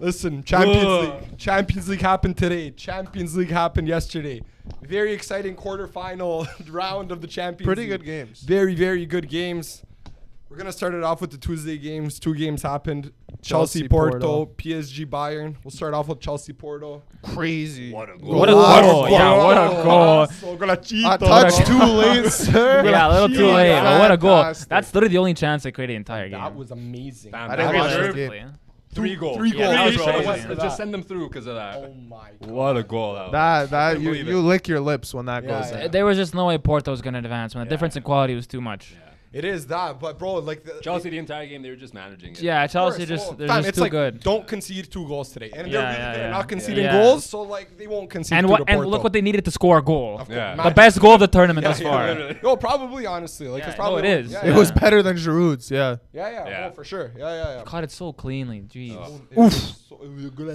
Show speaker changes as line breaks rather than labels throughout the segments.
Listen, Champions
Ugh.
League. Champions League happened today. Champions League happened yesterday. Very exciting quarterfinal round of the Champions
Pretty
League.
good games.
Very, very good games. We're going to start it off with the Tuesday games. Two games happened. Chelsea,
Chelsea,
Porto,
Porto.
PSG Bayern. We'll start off with Chelsea Porto.
Crazy. What a
What a goal. Yeah, what a goal.
I
touch
touched too late, sir.
Yeah, a little too late, but what a goal.
Fantastic.
That's literally the only chance they created the entire game.
That was amazing.
I didn't
That
watch
was-
it. game.
Three goals. Three
Yeah,
goals.
that was crazy.
Let's
Yeah.
just
just
send-
send them through because of that.
Oh my god.
What a goal that was.
That that
couldn't
you
believe
you
it.
lick your lips when that
Yeah,
goes
yeah.
in.
There was just no way Porto was going to advance when the
Yeah.
difference in quality was too much.
It is that, but bro, like the
Chelsea, the entire game, they were just managing it.
Yeah,
course,
Chelsea just
well,
they're
fam,
just
it's
too
like,
good.
Don't concede two goals today, and
Yeah,
they're, really-
yeah,
they're
yeah.
not conceding
Yeah.
goals, so like they won't concede.
And
to
what
the
and look what they needed to score a goal.
Of course,
Yeah. The
The
imagine.
best goal of the tournament thus
yeah,
far.
literally.
No, Oh, probably honestly, like
Yeah,
it's
no,
probably
it is.
Yeah,
It
yeah.
was better than Giroud's, yeah.
Yeah, yeah,
Yeah.
no, for sure. Yeah, yeah, yeah.
Caught it so cleanly. Jeez.
Oh. Oof.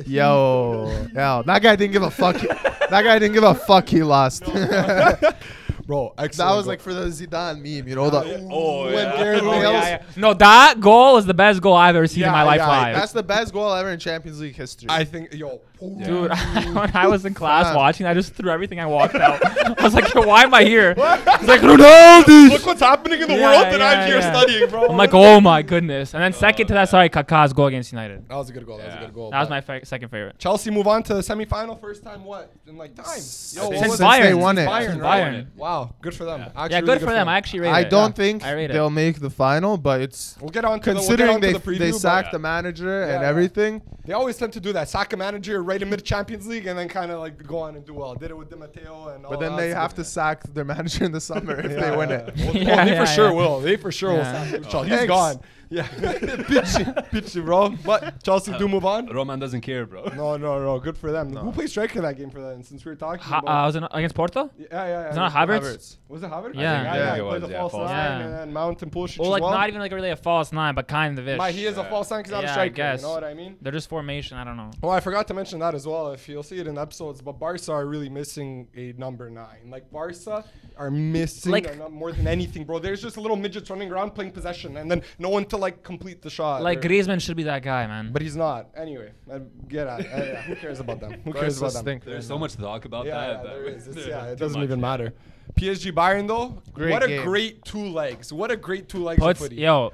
Yo, yo, that guy didn't give a fuck. that guy didn't give a fuck. He lost. that
bro, excellent.
was like for the Zidane meme, you know. The,
Oh,
when
yeah.
Gareth
Oh, yeah,
Bale's-
yeah.
No, that goal is the best goal I've ever seen in
Yeah,
my life
yeah,
live.
That's the best goal ever in Champions League history.
I think yo,
Dude, when I was in class
Fam.
watching, I just threw everything I walked out. I was like, "Yo, why am I here? It's like Ronaldo.
look what's happening in the
Yeah,
world that
yeah,
I'm here
yeah.
studying, bro.
I'm like, oh my goodness. And then second to that, sorry, Kaká's goal against United.
that was a good goal. That was a
Yeah.
good goal.
That was
but-
my fa- second favorite.
Chelsea move on to the semifinal first time. What in like time? Yo, what
think
was
Since
they
it?
Bayern,
won
since
it.
Bayern,
Since
right?
Bayern. Wow, good for them. Actually,
Yeah,
really
good for them. I actually rate
I
it.
don't
Yeah.
think
I rate it.
they'll make the final, but it's
We'll get on to
considering
the, we'll get on
they
to the preview,
they
but
sacked the manager and
Yeah.
everything.
They always tend to do that. Sack a manager right amid Champions League and then kind of like go on and do well. Did it with Di Matteo and all
But then
that
they
stuff.
have to sack their manager in the summer if
Oh, Yeah.
they win it.
Well,
Yeah,
well, they
yeah,
for sure
yeah.
will. They for sure
Yeah.
will. Sack Tuchel. He's
Thanks.
gone. Yeah, bitchy, bitchy, bro. But Chelsea do move on.
Roman doesn't care, bro.
No, no, no. Good for them. Who played striker that game for them? Since we were talking
Ha- uh,
about,
was it not- against Porto?
yeah, yeah, yeah.
It's not
yeah.
Havertz.
Havertz.
Was it Havertz?
Yeah. Yeah,
yeah.
it
he played
was,
the
yeah,
false
false
nine
nine.
and then Mount and Pulisic
Well,
as
like
well.
not even like really a false nine, but kind of ish.
My, he is a
Yeah.
false nine because not
Yeah,
a
I
striker.
guess.
You know what I mean?
They're just formation. I don't know.
Oh, I forgot to mention that as well. If you'll see it in episodes, but Barca are really missing a number nine. Like Barca are missing
Like-
a num- more than anything, bro. There's just little midgets running around playing possession, and then no one to like complete the shot.
Like
or-
Griezmann should be that guy, man.
but he's not. Anyway, uh, get out. Uh, yeah, who cares about them? Who cares
Barca
about them?
stink.
There's so much talk about
Yeah,
that.
yeah,
that
there is. It's-
there's
yeah, it
too
doesn't
much.
even matter. PSG Bayern though,
Great
what a
game.
great two legs. What a great two legs of
Puts,
footy.
yo,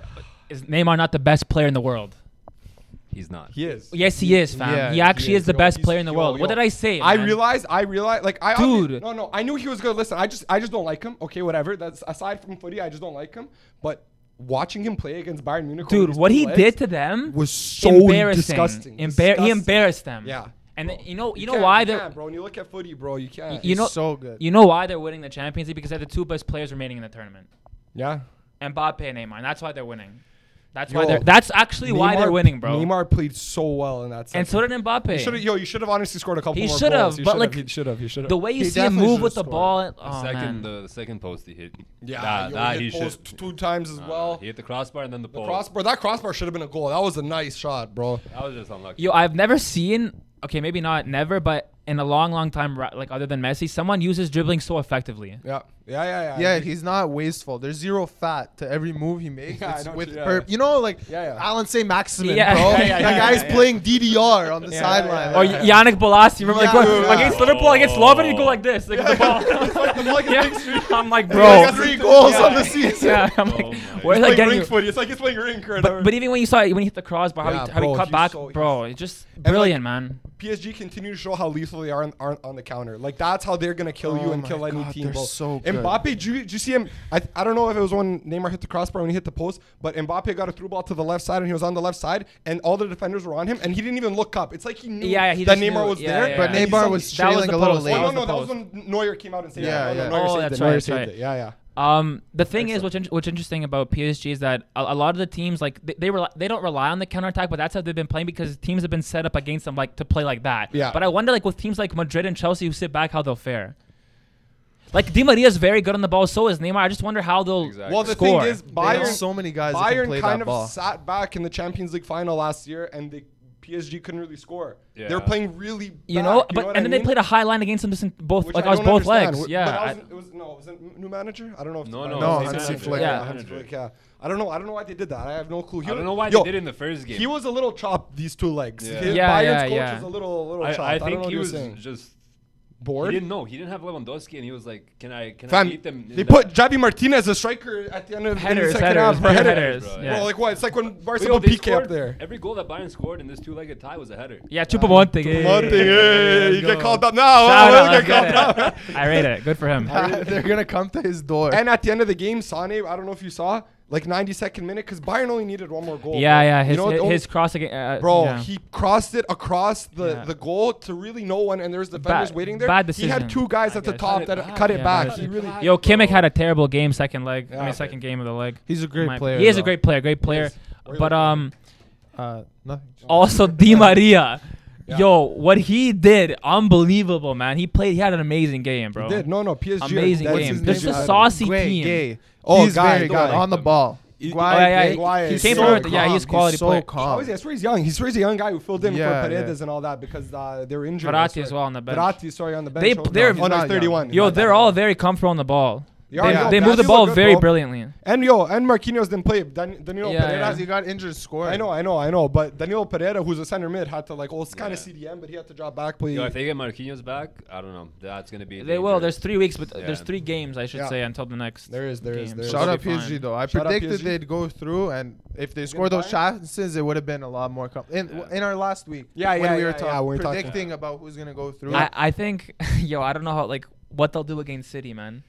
is Neymar not the best player in the world?
He's not.
He is.
Yes, he is, fam.
Yeah,
he actually
he
is,
is.
the
Yo,
best
he's-
player in the
yo,
world. What
yo.
did I say?
I
man?
realized, I realized, like I obvi-
Dude.
No, no, I knew he was good. Listen, I just, I just don't like him. Okay, whatever. That's aside from footy, I just don't like him. But watching him play against Bayern Munich, with
Dude,
these
what
two
he
legs-
did to them
was so
embarrassing.
disgusting.
Embar- He
Disgusting.
embarrassed them.
Yeah.
And
Bro.
th- you know, you, know
can't-
why
you
they're
can't, bro. When you look at footy, bro, you can't.
you know
so good.
you know why they're winning the Champions League because they're the two best players remaining in the tournament.
yeah.
Mbappe and Neymar. And that's why they're winning. That's why
Yo,
they're. That's actually why they're
Neymar-
winning, bro.
Neymar played so well in that. Second.
and so did
should
Mbappe.
yo, you should have honestly scored a couple
He
more
should've,
goals.
but, like,
you should have, you should have.
The way you
He
see him
definitely
move with the
should've
ball. and-
The
Oh
second,
man.
the, the second post he hit.
yeah,
that,
yo,
that
he
he
hit post
should.
two times as
Nah,
well.
he hit the crossbar and then the,
The
post.
crossbar, that crossbar should have been a goal. That was a nice shot, bro.
That was just unlucky.
Yo, I've never seen. Okay, maybe not never, but in a long, long time, ri- like other than Messi, someone uses dribbling so effectively.
Yeah, yeah, yeah, yeah.
Yeah, he's not wasteful. There's zero fat to every move he makes.
Yeah, I
it's
know
with
what you- yeah.
purp. You know, like
Yeah, yeah.
Alan St. Maximin,
Yeah.
bro.
Yeah,
yeah,
that
yeah,
guy's
yeah, yeah.
playing DDR on the sideline.
yeah, Oh,
Or
Like,
yeah.
Y- Yannick Bolasie, remember
Yeah,
like, going,
yeah.
against Liverpool, against
Oh.
Lovren, you go like this, like the ball.
It's like a
Yeah.
big streak.
I'm like,
Bro,
bro.
three goals
Yeah.
on the season.
Yeah, I'm like,
Oh my
where's
It's
that
like
getting?
rink
you?
footy. It's like it's like rink or whatever.
But, but even when you saw it, when he hit the crossbar, how,
Yeah,
he, how
bro,
he cut
he's
back,
so-
bro, it's just
like,
brilliant, man.
PSG continue to show how lethal they are on, are on the counter. Like that's how they're gonna kill you
Oh
and
my
kill any
God,
team.
they're
bro.
so good.
Mbappe, did you, did you see him? I, I don't know if it was when Neymar hit the crossbar when he hit the post, but Mbappe got a through ball to the left side and he was on the left side and all the defenders were on him and he didn't even look up. It's like he knew
Yeah, yeah, he
that
just
Neymar
knew.
was
Yeah,
there.
yeah,
But
and
yeah.
he
Neymar
saw-
was
That
chilling
was the
a little
post.
late.
That
Oh
was
no, no,
the
that was
post.
when Neuer came out and said,
Yeah,
that. No,
yeah.
Neuer
Oh,
saved
that's
it. Neuer
right,
saved
that's
it. Yeah, yeah.
Um, the thing is, what's, in, what's interesting about PSG is that a, a lot of the teams like they they, rely, they don't rely on the counterattack, but that's how they've been playing because teams have been set up against them like to play like that.
Yeah.
But I wonder like with teams like Madrid and Chelsea who sit back, how they'll fare. Like Di Maria is very good on the ball, so is Neymar. I just wonder how they'll.
Exactly.
Well, the
Score.
thing is,
They have
Bayern
so many guys that can
Bayern
play
kind
that
of
ball.
sat back in the Champions League final last year, and they, PSG couldn't really score.
Yeah.
They were playing really. Back,
You know, but
what
and
I
then they
mean?
played a high line against them just in both
Which
like
I
us
don't
both
understand.
legs.
W-
Yeah,
but I
I-
was, it was no, was it m- new manager? I don't know. If
No,
I
no,
don't
No,
know if
Hansi
it's
Flick.
Yeah,
Yeah.
Hansi Flick. Yeah, I don't know. I don't know why they did that. I have no clue. He
I don't
was-
know why
Yo,
they did it in the first game.
He was a little chopped these two legs.
Yeah.
His
Yeah,
Bayern's
yeah,
coach
yeah.
was a little, little chopped.
I, I think
don't know
he
what
was
saying.
just. He
bored.
didn't know. He didn't have Lewandowski, and he was like, "Can I? Can I
Fam,
beat them?" in
they
that-
put Javi Martinez as striker at the end of
Headers,
the second
headers,
half for
pure
headers.
headers,
Bro,
yeah.
like what? It's like when
But
Barca
yo,
put
oh, they
PK up
scored-
there.
Every goal that Bayern scored in this two-legged tie was a header.
yeah, Chupa Monte.
Monte, eh. Oh, hey, you
go.
get called up now.
Shout
I
out,
will get
good.
called up.
I rate it. Good for him.
They're gonna come to his door.
And at the end of the game, Sane, I don't know if you saw, like 92nd minute, because Bayern only needed one more goal.
Yeah,
bro.
yeah.
You
His
know, the
his,
only-
his cross again. Uh,
Bro,
yeah.
he crossed it across the,
Yeah.
the goal to really no one, and there's defenders
Bad-
waiting there.
bad
He had
decision,
two guys
I
at the
guess.
top
Cut
that
it
cut it
Yeah,
back.
bad
He really
decision.
Yo, Kimmich had a terrible game, second leg. I
Yeah.
mean, second game of the leg.
He's a
My-
great player.
He is a
though.
great player, great player.
is. Where
But
you looking?
um,
Uh, nothing.
also Di Maria.
Yeah.
Yo, what he did, unbelievable, man. He played. He had an amazing game, bro.
did. No, no, PSG.
Amazing
that's
game.
his
This
name. Uh,
is saucy
Gay,
team.
Gay.
Oh,
he's
guy,
very
guy.
good on the ball.
He-
Guay,
Oh, yeah, yeah,
Gay,
Guay
he's
is- He came
so
forward, yeah,
calm.
he's quality
so
player.
Oh,
Calm.
he's, that's where he's young. He's where he's a young guy who filled in
Yeah,
for
yeah.
Paredes and all that because uh, they were injured.
Verratti
that's
as
why.
well on the bench.
Verratti, sorry, on the bench.
They-
oh, no,
they're-
he's- oh, no,
Not
he's
young.
31.
Yo,
Not
they're
young.
all very comfortable on the ball.
Yeah,
they
yeah,
they move the
Brazil
ball
look good,
very
bro.
brilliantly.
And yo, and Marquinhos didn't play. Dan- Danilo
Yeah,
Pereira.
He got injured scoring.
I know, I know, I know. But Danilo Pereira, who's a center mid, had to like, oh, it's kind
Yeah.
of CDM, but he had to drop back, please.
Yo, if they get Marquinhos back, I don't know. That's gonna be. a
They will.
danger.
There's three weeks, but
Yeah.
there's three games, I should
Yeah.
say, until the next.
There is, there is,
game.
there is.
So
Shout
they'll
out
be
PSG
fine.
though. I
Shout out
predicted
PSG.
they'd go through, and if they scored those chances, it would have been a lot more. Com- in,
Yeah.
in our last week,
Yeah,
when
yeah,
we
yeah,
were
yeah,
talking,
we were talking.
predicting about who's gonna go through.
I, I think, yo, I don't know how like what they'll do against City, man.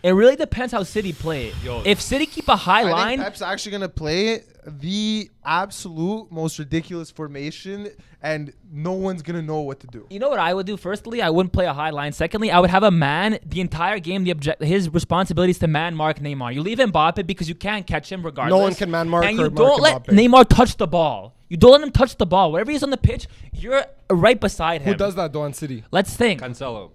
It really depends how City play.
Yo.
if City keep a high
I
line,
think Pep's actually gonna play the absolute most ridiculous formation, and no one's gonna know what to do.
you know what I would do? Firstly, I wouldn't play a high line. Secondly, I would have a man the entire game. The object, his responsibility is to man mark Neymar. You leave Mbappe because you can't catch him regardless.
one can man mark
and
or
you
mark
don't let
Mbappe.
Neymar touch the ball. You don't let him touch the ball. Wherever he's on the pitch, you're right beside him.
Who does that though on City?
Let's think.
Cancelo.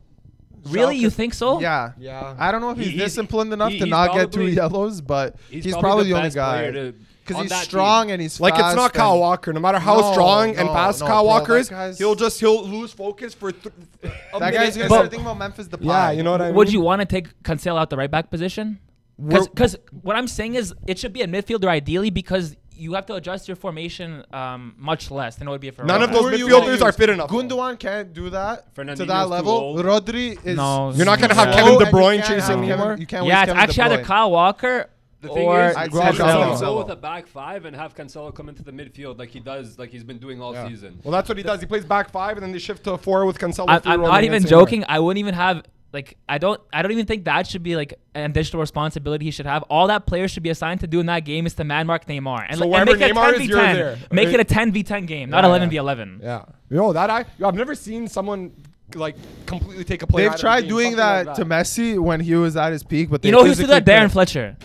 Really, you
Schalke-
think so?
Yeah,
Yeah.
I don't know if
He-
he's
he's-
disciplined enough
he-
to
he's
not get two
probably-
yellows, but he's, probably, the, only
best
guy
player to-
because
on
he's
that team.
strong and he's
Like it's
fast
not Kyle
and-
Walker. No matter how
No,
strong and
no,
fast
no,
Kyle
bro,
Walker
that
is,
guy's-
he'll just he'll lose focus for. Th- a
That
minute
guy's gonna
and-
start thinking about Memphis Depay.
Yeah, you know what I mean.
Would you want to take Cancelo out the right back position?
We're-
Because what I'm saying is it should be a midfielder ideally because you have to adjust your formation um, much less than it would be for a
None
right
of
back.
those
Who you gonna
midfielders are
use?
fit enough.
Gundogan can't do that to
Fernandinho's
that
too
level.
old.
Rodri is.
No,
You're not gonna have
Yeah.
Kevin
slow,
De
and you
Bruyne
can't
chasing
have Kevin-
anymore.
You can't
yeah,
waste
it's
Kevin De
actually either
Bruyne.
Kyle Walker
The thing
or
is,
I'd
it's
say
either
Cancelo.
Cancelo.
Cancelo.
with a back five and have Cancelo come into the midfield like he does, like he's been doing all
Yeah.
season.
Well, that's what he does. He plays back five, and then they shift to a four with Cancelo.
I,
three
I'm
rolling
not even
against Neymar.
joking. I wouldn't even have like I don't I don't even think that should be like an additional responsibility he should have. All that player should be assigned to do in that game is to man mark Neymar and,
So
like, and
wherever
make it a
Neymar
10
is,
v
you're
10.
there.
Make
Right.
it a 10 v 10 game, not
Yeah,
11 v
yeah.
11.
Yeah. You know that I I've never seen someone like completely take a play. out
They've
of the
tried
game,
doing
something like
that, to Messi when he was at his peak, but they
You know who's that?
physically
Darren
couldn't.
Fletcher.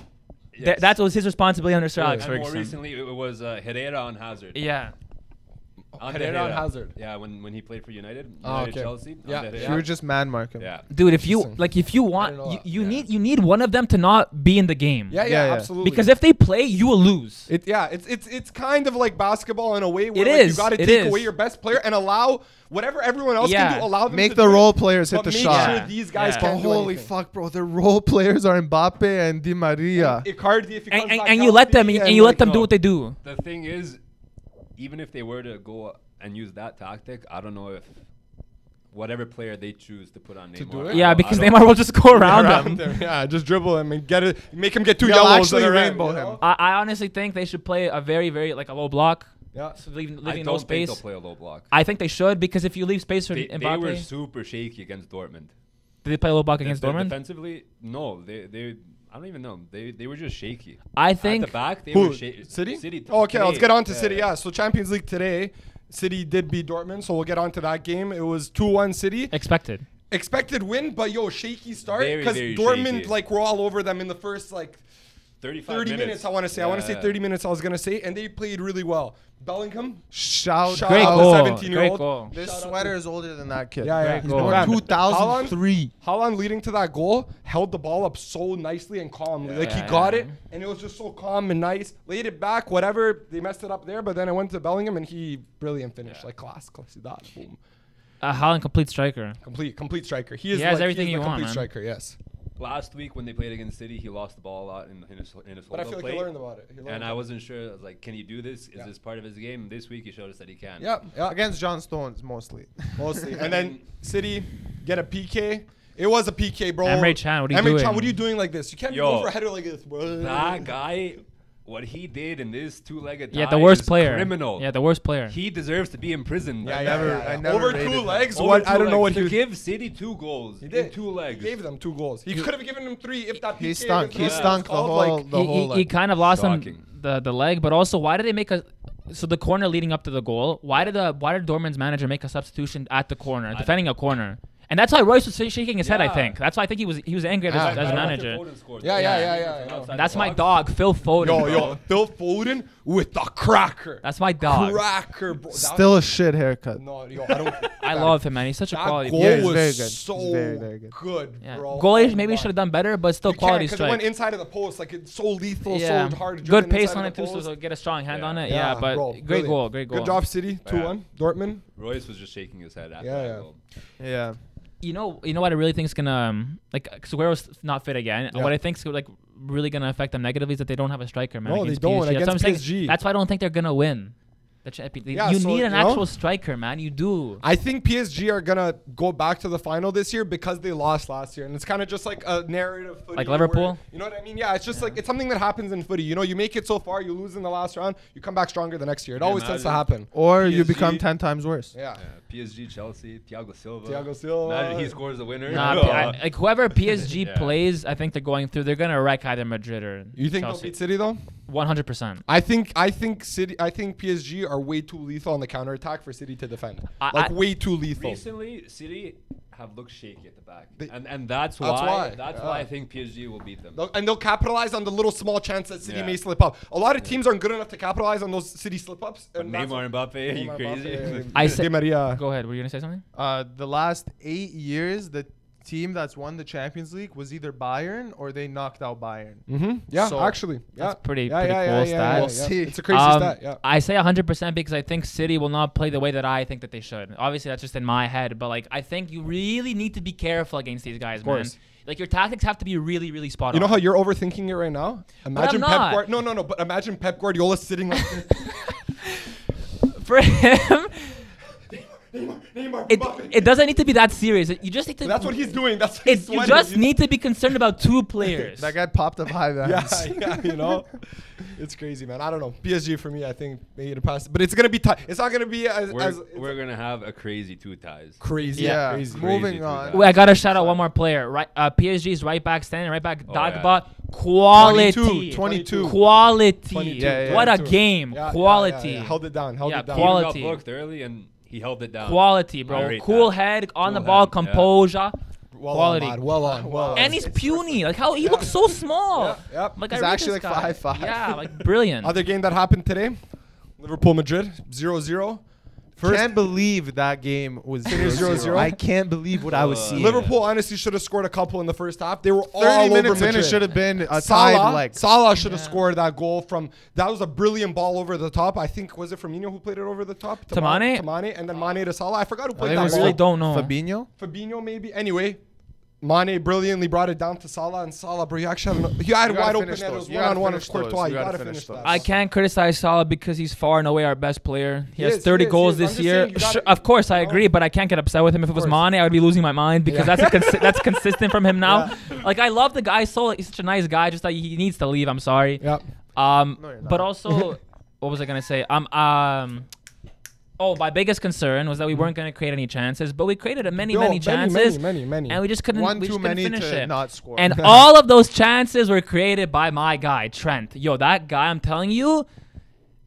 Th-
Yes.
that was his responsibility under Sir Alex
and more
Ferguson.
recently, it was uh, Herrera on Hazard.
Yeah.
On
Herrera on Hazard.
Yeah, when, when he played for United, United
Oh, okay.
Chelsea. on
Yeah.
Herrera.
He would just man mark him.
yeah.
Dude, if you
Interesting.
like if you
I
want
didn't know
you,
that.
you
Yeah.
need you need one of them to not be in the game.
Yeah, yeah,
Yeah, yeah.
absolutely.
Because if they play, you will lose.
It, yeah, it's it's it's kind of like basketball in a way where
It
like, you
is,
got to
it
take away
is.
your best player and allow whatever everyone else
Yeah.
can do. Allow them
Make
to
the
do
role
it,
players hit
but
the
make
shot.
Sure these guys
Yeah.
But
can't do
holy
anything.
fuck, bro! Their role players are Mbappe and Di Maria.
Icardi, if he
and,
comes
and,
back
and you let them
healthy
and, and you let
like-
them do what they do.
The thing is, even if they were to go and use that tactic, I don't know if whatever player they choose to put on Neymar.
do it?
I
Yeah,
don't-
because
I don't-
Neymar will just go around them.
around them. Yeah, just dribble him and get it. Make him get two
They'll
yellows.
actually
and a red,
rainbow
you know?
him.
I, I honestly think they should play a very very like a low block,
Yeah.
so leaving,
I
leaving
don't
no
think
space.
they'll play a low block.
I think they should because if you leave space for
They,
Mbappe,
they were super shaky against Dortmund.
did they play a low block against
Def-
Dortmund?
Defensively, no, they they I don't even know. They they were just shaky.
I
at
think
the back they were
Who?
shaky.
City? Oh,
City.
okay, let's get on to
Yeah.
City. Yeah, so Champions League today. City did beat Dortmund, so we'll get on to that game. It was 2 1 City.
expected.
Expected win, but yo, shaky start.
Very,
Because
very
Dortmund,
shaky.
like, were all over them in the first, like,
35
30 minutes. I want to say. I want to say
Yeah.
30 minutes. I was gonna say, and they played really well. Bellingham,
Shout,
shout
Great
out
goal.
the 17 year
Great
old.
goal.
This sweater is older than that kid.
Yeah, yeah.
Great
He's
goal.
born
Man,
2003.
Holland leading to that goal held the ball up so nicely and calmly. like he
Yeah.
got it, and it was just so calm and nice. Laid it back, whatever. They messed it up there, but then I went to Bellingham and he brilliant finish. Like class, classy that. Boom.
A Holland complete striker.
Complete, complete striker. He is
He has
like,
everything
he
you
is the
want,
Complete
man.
striker, yes.
Last week when they played against City, he lost the ball a lot in, in his in his
But I
hold-up
feel like
play.
he learned about it. He learned
And
about
I
it.
wasn't sure. I was like, can he do this? Is
Yeah.
this part of his game? This week he showed us that he can.
Yeah, yeah.
Against John Stones, mostly.
mostly.
I
And then
mean-
City get a PK. It was a PK, bro.
Emre Can, what are you
Emre Can,
doing?
what are you doing like this? You can't
Yo.
go for a header like this, bro.
That guy, what he did in this two-legged
Yeah,
tie
the worst
is
player.
Criminal.
Yeah, the worst player.
He deserves to be in prison.
Yeah,
I
yeah,
never-
yeah, yeah.
I never
Over
rated
two
him.
legs.
Over
what
two
I don't know
legs.
what
to
he was
give City two goals
He
in
did.
two legs.
He gave them two goals. He, could have given them three if that PK
He stunk.
against
He
Leicester was
stunk the
called,
whole.
like,
the
he,
whole
he, he
like-
kind of lost
Shocking.
on the, the leg, but also why did they make a so the corner leading up to the goal? Why did the why did Dortmund's manager make a substitution at the corner, defending a corner? And that's why Royce was sh- shaking his head. I
Yeah.
think that's why I think he was he was angry at his,
Ah.
Yeah.
at his
Right
manager.
after Foden scored,
Yeah,
though.
yeah, yeah, yeah, I know.
Outside the
That's my
box.
dog, Phil Foden.
Yo,
bro.
yo, Phil Foden with the cracker.
that's my dog.
Cracker, bro. That-
Still a shit haircut.
no, yo, I don't.
I love him, man. He's such a
That
quality.
goal
player.
he's
was
very good. He's
so
very, very good.
good,
Yeah.
bro.
Goalies
Oh
maybe
my.
should have done better, but still
You can't,
quality
'cause
strike.
it went inside of the post, like it's so lethal, so hard. driven
Good pace
inside
on
of
it
the
too, so
post.
so get a strong hand on it. Yeah, but
bro,
great
brilliant.
goal, great goal.
Good job, City. Two
Yeah.
one, Dortmund.
Royce was just shaking his head after
Yeah,
that
yeah.
goal.
Yeah.
You know, you know what I really think is gonna um, like because Guerrero's not fit again.
Yeah.
What I think is like really gonna affect them negatively is that they don't have a striker. Man,
No, they
against
don't.
PSG. That's what I'm
Against
saying.
PSG.
That's why I don't think they're gonna win. The champion.
Yeah,
you
so,
need an
you know?
actual striker, man. You do.
I think PSG are gonna go back to the final this year because they lost last year, and it's kind of just like a narrative. footy
Like
where-
Liverpool?
you know what I mean? Yeah, it's just like it's something that happens in footy. You know, you make it so far, you lose in the last round, you come back stronger the next year. It always tends to
Imagine.
happen.
Or you become
PSG.
10 times worse.
Yeah.
Yeah, PSG, Chelsea, Thiago Silva.
Thiago Silva.
Imagine he scores the winner.
Nah,
Oh.
I- like whoever PSG
Yeah.
plays, I think they're going through. They're gonna wreck either Madrid or
You think they'll
Chelsea.
beat City though?
One hundred percent.
I think I think City I think PSG are way too lethal on the counterattack for City to defend.
I-
like
I-
way too lethal.
Recently, City have looked shaky at the back,
They-
and and that's why
That's
that's
why,
why,
yeah.
I think PSG will beat them.
They'll- and they'll capitalize on the little small chance that City
Yeah.
may slip up. A lot of teams aren't good enough to capitalize on those City slip ups.
But Neymar and Mbappe, are you
Neymar,
crazy?
Mbappe,
I
Di
said-
Maria.
Go ahead. Were you gonna say something?
Uh, the last eight years, the team that's won the Champions League was either Bayern or they knocked out Bayern.
hmm Yeah,
So,
actually, yeah.
that's pretty-
yeah,
pretty
yeah,
cool
yeah,
stat.
Yeah, yeah,
We'll
yeah.
see.
It's a crazy
Um,
stat. Yeah.
I say 100% because I think City will not play the way that I think that they should. Obviously, that's just in my head, but like I think you really need to be careful against these guys, man.
course.
Like your tactics have to be really, really spot
You know
on.
how you're overthinking it right now? Imagine Pep
not.
Guardiola. No, no, no. But imagine Pep Guardiola sitting like this.
for him,
Neymar, Neymar,
it,
Mbappe.
it doesn't need to be that serious. You just need to.
That's what he's doing. That's what he's
It,
sweating.
you just
He's-
need to be concerned about two players.
That guy popped up high
Yeah,
bands.
yeah, you know, it's crazy, man. I don't know. PSG for me, I think they need to pass, but it's gonna be tight. It's not gonna be as,
we're
as
we're gonna have a crazy two ties.
crazy.
Yeah.
crazy.
Crazy
Moving
to
on.
that.
Wait, I gotta shout out one more player. Right, uh, PSG's right back, standing right back,
Oh,
Dagba.
yeah.
Quality,
22, 22.
quality.
22,
yeah,
what a
22.
game!
Yeah, yeah, yeah,
quality.
yeah. Held it down. Held
Yeah,
it down.
He even
Quality.
got booked early, and he held it down.
Uh, Quality,
I
bro.
rate
Cool
that.
head, on the
Cool
ball,
head, yeah.
composure,
Well
quality.
on, lad. well on, well on.
and he's puny. Like how he looks so small.
Yeah, yep.
Like
He's
rate
actually
this
like
guy.
5'5".
Yeah, like brilliant.
Other game that happened today, Liverpool Madrid 0-0.
can
First
Can't believe that game was
Finished
0
0-0.
0. I can't believe what I was
Uh,
seeing.
Liverpool honestly should have scored a couple in the first half. They were all
30
over
minutes in,
Madrid.
it should have been a
Salah,
tied like.
Salah should have
Yeah.
scored that goal from. That was a brilliant ball over the top. I think was it Firmino who played it over the top.
To
Ma-
Mane?
to Mane, and then Mane to Salah. I forgot who
I
played
think it
that
was
ball.
really don't know.
Fabinho?
Fabinho maybe. Anyway, Mane brilliantly brought it down to Salah, and Salah, bro, he actually had, an, he had
You gotta
wide open
finish
net. It
those.
was
You
one
gotta
on one with
finish those.
Courtois.
You
You
gotta
gotta
finish
finish
those.
that.
I can't criticize Salah because he's far and away our best player. He, has
is,
30
he is,
goals
he is. I'm
this
just
year.
saying you gotta-
Sure, of course, I
you know?
agree, but I can't get upset with him. If it was
course.
Mane, I would be losing my mind because
Yeah.
that's a consi- that's consistent from him now. Like I love the guy so he's such a nice guy. Just that he needs to leave. I'm sorry.
Yeah.
Um,
No, you're
but
not.
also, what was I gonna say? Um, um, oh, my biggest concern was that we
Mm-hmm.
weren't gonna create any chances, but we created a many,
Yo,
many
many,
chances,
many, many, many.
and we just couldn't,
One
we
too
just couldn't
many
finish
to
it.
not score.
And all of those chances were created by my guy Trent. Yo, that guy, I'm telling you.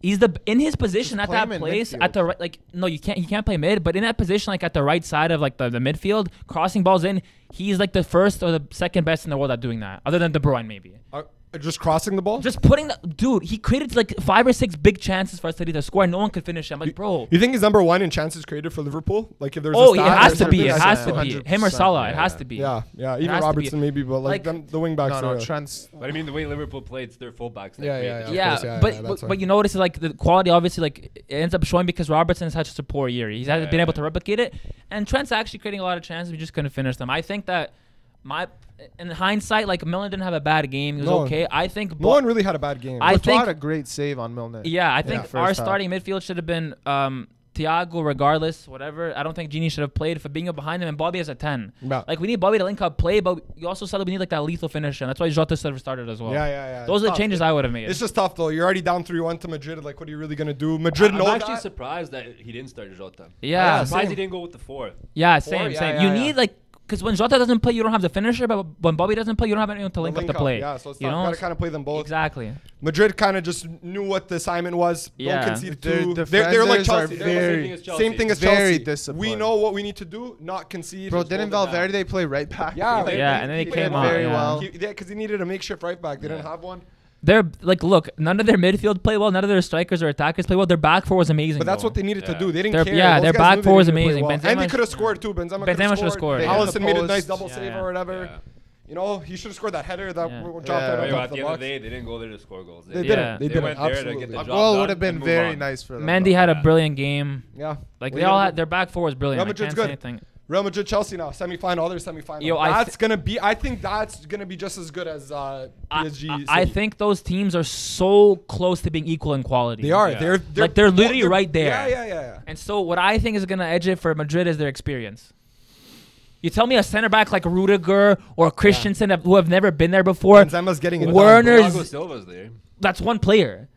He's the in his position
Just
at
play
that
him in
place
midfield.
at the right like no you can't he can't play mid but in that position like at the right side of like the, the midfield crossing balls in he's like the first or the second best in the world at doing that other than De Bruyne maybe
Are-
uh,
Just crossing the ball.
Just putting the dude, he created like five or six big chances for us to either score, and no one could finish. it. I'm like, bro.
you think he's number one in chances created for Liverpool? Like if there's
Oh,
a
it
stat,
has
there's
to be. It
something-
has to be him or
100%,
Salah. It
yeah.
has to be.
Yeah, yeah. Even
has to be.
Robertson maybe, but like,
Like-
them, the wing backs.
No, no,
are-
trans.
But I mean, the way Liverpool play, it's their fullbacks. that
Yeah,
create
yeah,
the
yeah.
chances.
yeah,
course, yeah,
but
yeah,
but-
that's
but
right.
you notice like the quality obviously like it ends up showing because Robertson has had such a poor year. He hasn't been
Yeah,
able to
yeah.
replicate it, and Trent's actually creating a lot of chances. We just couldn't finish them. I think that my in hindsight, like Milner didn't have a bad game. He was
No.
okay. I think
no one really had a bad game.
I
Courtois
think-
had a great save on Milner.
Yeah, I
in the
think
first
our
half.
starting midfield should have been um, Thiago, regardless, whatever. I don't think Genie should have played for being up behind him, and Bobby has a 10.
Yeah.
Like, we need Bobby to link up play, but you also said that we need, like, that lethal finisher, and that's why Jota should have started as well.
Yeah, yeah, Oh, yeah.
Those are the
Tough.
changes I would have made.
It's just tough though. You're already down three one to Madrid. Like, what are you really gonna do?
I-
Madrid
I'm
know
actually
that.
surprised that he didn't start Jota.
Yeah.
I'm surprised
same.
he didn't go with the four.
yeah, same,
yeah,
same.
yeah,
you
yeah.
need, like, because when Jota doesn't play, you don't have the finisher, but when Bobby doesn't play, you don't have anyone to link,
Link
up to play.
Yeah, so it's
you
tough.
know?
Gotta kind of play them both.
Exactly.
Madrid kind of just knew what the assignment was.
Yeah.
Don't concede
Their
too. They're, they're like
defenders are
Chelsea. They're
very-
same thing as
like-
Chelsea.
same thing as
Very
Chelsea.
disciplined.
We know what we need to do. Not concede.
Bro,
Just
didn't
hold it down.
Valverde play right back?
Yeah,
They-
yeah,
they-
and then he
they
came
played
on.
very
yeah.
well.
He- Yeah, because he needed a makeshift right back. They didn't
Yeah.
have one.
They're like, look, none of their midfield play well, none of their strikers or attackers play well. Their back four was amazing.
But that's
though.
what they needed to
Yeah.
do. They didn't
Their-
care.
yeah,
Those
their
guys
back
knew they
four was
needed to play
amazing.
Well. And they
Benzema-
could have scored too. Benzema,
Benzema
could
should have scored. They
hit
Allison
the
made a
post.
nice double
Yeah,
save
yeah.
or whatever.
Yeah.
You know, he should have scored that header that
Yeah.
w- dropped
Yeah.
out
But
on
Right,
yo,
top
at
of
the,
the
end of
box.
the day, they didn't go there to score goals.
They
didn't.
didn't. They
They
didn't.
went there to
Absolutely.
get the
A
job
goal
done
would have
and
been
move
very
on.
nice for them.
Mandy
Yeah.
had a brilliant game.
yeah.
Like
What
they
are you
all
gonna
had
do?
their back four was brilliant.
Real
I
Madrid's
can't
good.
say anything.
Real Madrid Chelsea now semifinal other semifinal.
Yo, I
that's
th-
gonna be. I think that's gonna be just as good as uh,
I,
PSG.
I- I
City.
think those teams are so close to being equal in quality.
they are.
Yeah.
They're, they're
Like, they're literally right there.
Yeah, yeah, yeah. yeah.
And so what I think is gonna edge it for Madrid is their experience. You tell me a center back like Rudiger or Christensen have- who have never been there before.
Benzema's getting it done.
Werner's
Thiago Silva's there.
that's one player.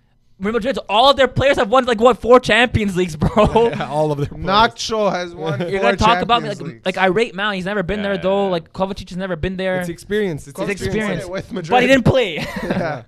Real Madrid's all of their players have won like what four Champions Leagues, bro.
Yeah, all of them.
Nacho has won.
You're
four
gonna talk about me
Champions
like
Leagues.
like I rate Mount. He's never been there though.
Yeah.
Like Kovacic has never been there,
It's experience. It's,
He's
experience.
experience.
with Madrid.
but he didn't play.
Yeah.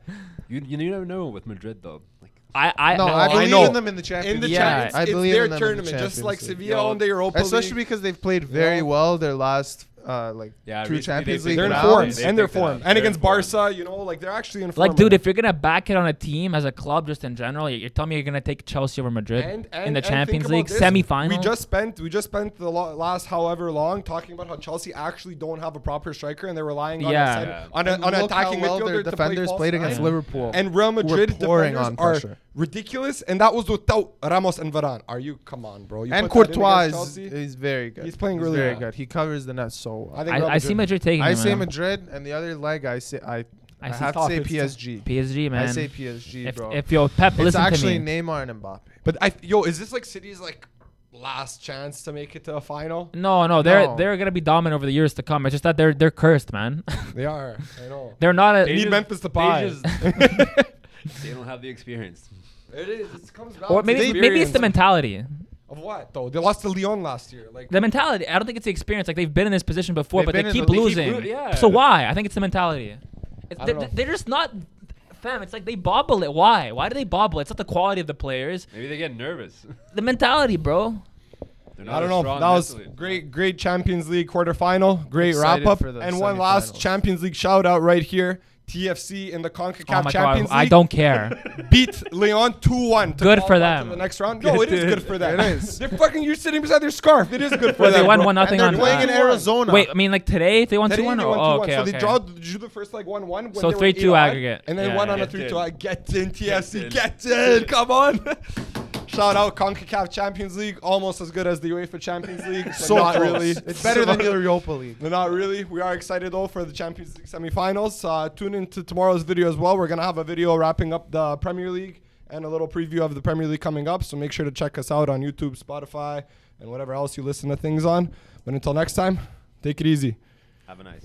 You, you never know with Madrid though. Like
I I
No, I
I-
I
believe
know.
in them in the Champions.
In the
League.
Yeah.
Champions,
I
it's
believe
their
in them in the
tournament, just
Champions
like
League.
Sevilla
Yo,
on the Europa
especially
League.
because they've played very
Yeah.
well their last uh, like
Yeah,
two
recently
Champions
they
League
they're in
Now,
form
rounds.
they
and they're
picked it
form
up.
and
They're
against
in form.
Barca. You know, like they're actually in form.
Like, dude,
right
if you're gonna back it on a team as a club, just in general, you're, you're telling me you're gonna take Chelsea over Madrid
now. And-
in
and-
the
and think
Champions
about
League
this.
semifinal.
We just spent we just spent the lo- last however long talking about how Chelsea actually don't have a proper striker and they're relying on a
Yeah.
center-
Yeah.
on, a,
And
on an
look how
attacking
well their
midfielder to play
defenders
false
played
nine.
against Liverpool.
And Real Madrid
pouring
defenders
on
are
pressure.
ridiculous, and that was without Ramos and Varane. Are you come on, bro? You
and
put that in
Courtois
against
is,
Chelsea?
is very good.
He's playing really
very
well.
good. He covers the net so well.
I think
I,
Real
I see
Madrid-
Madrid taking.
I
him,
say
man.
Madrid, and the other leg I say I I,
I see
have to say
Top, it's
PSG.
PSG, man.
I say PSG,
if,
bro.
if yo Pep,
it's
listen
actually
to me.
Neymar and Mbappe.
But I, yo, is this like City's like last chance to make it to a final?
no, no, they're
No.
they're gonna be dominant over the years to come. It's just that they're they're cursed, man.
They are. I know.
they're not
They
a.
need
just-
Memphis to
they
buy.
just- they don't have the experience.
it is. It comes back.
Or
to
maybe maybe it's the mentality.
of what though. They lost to Lyon last year. Like
The mentality. I don't think it's the experience. Like they've been in this position before,
They've
but
been
they
in
keep
the league.
They
losing.
keep lo- yeah.
So why? I think it's the mentality. It's,
I
they're,
don't know.
they're just not. Fam, it's like they bobble it. Why? Why do they bobble it? It's not the quality of the players.
Maybe they get nervous.
The mentality, bro.
They're not
I don't
as
know.
strong
That was
mentally.
great, great Champions League quarterfinal. Great
Excited
wrap up.
for the
And one last
semifinals.
Champions League shout out right here. TFC in the CONCACAF
oh my
Champions
god, I
League
don't care.
beat Leon 2 1.
Good for them.
To the next round. No, it is good for them.
It is.
They're fucking, you're sitting beside their scarf. It is good for
Well,
them.
they won
bro.
one nothing
and they're
on.
playing in
uh,
Arizona.
Wait, I mean like today they won
Today
two one.
they
Oh,
won 2-1.
okay,
so they
okay.
draw drew the first like one one.
So 3-2 aggregate.
and then
Yeah,
one
yeah.
on a
Get
three
in.
two. I get in TFC,
Get
get in, come on. Shout out Concacaf Champions League, almost as good as the UEFA Champions League. but
so
not
close.
really.
It's better than the Europa League.
No, not really. We are excited though for the Champions League semifinals. Uh, tune into tomorrow's video as well. We're gonna have a video wrapping up the Premier League and a little preview of the Premier League coming up. So make sure to check us out on YouTube, Spotify, and whatever else you listen to things on. But until next time, take it easy.
Have a nice.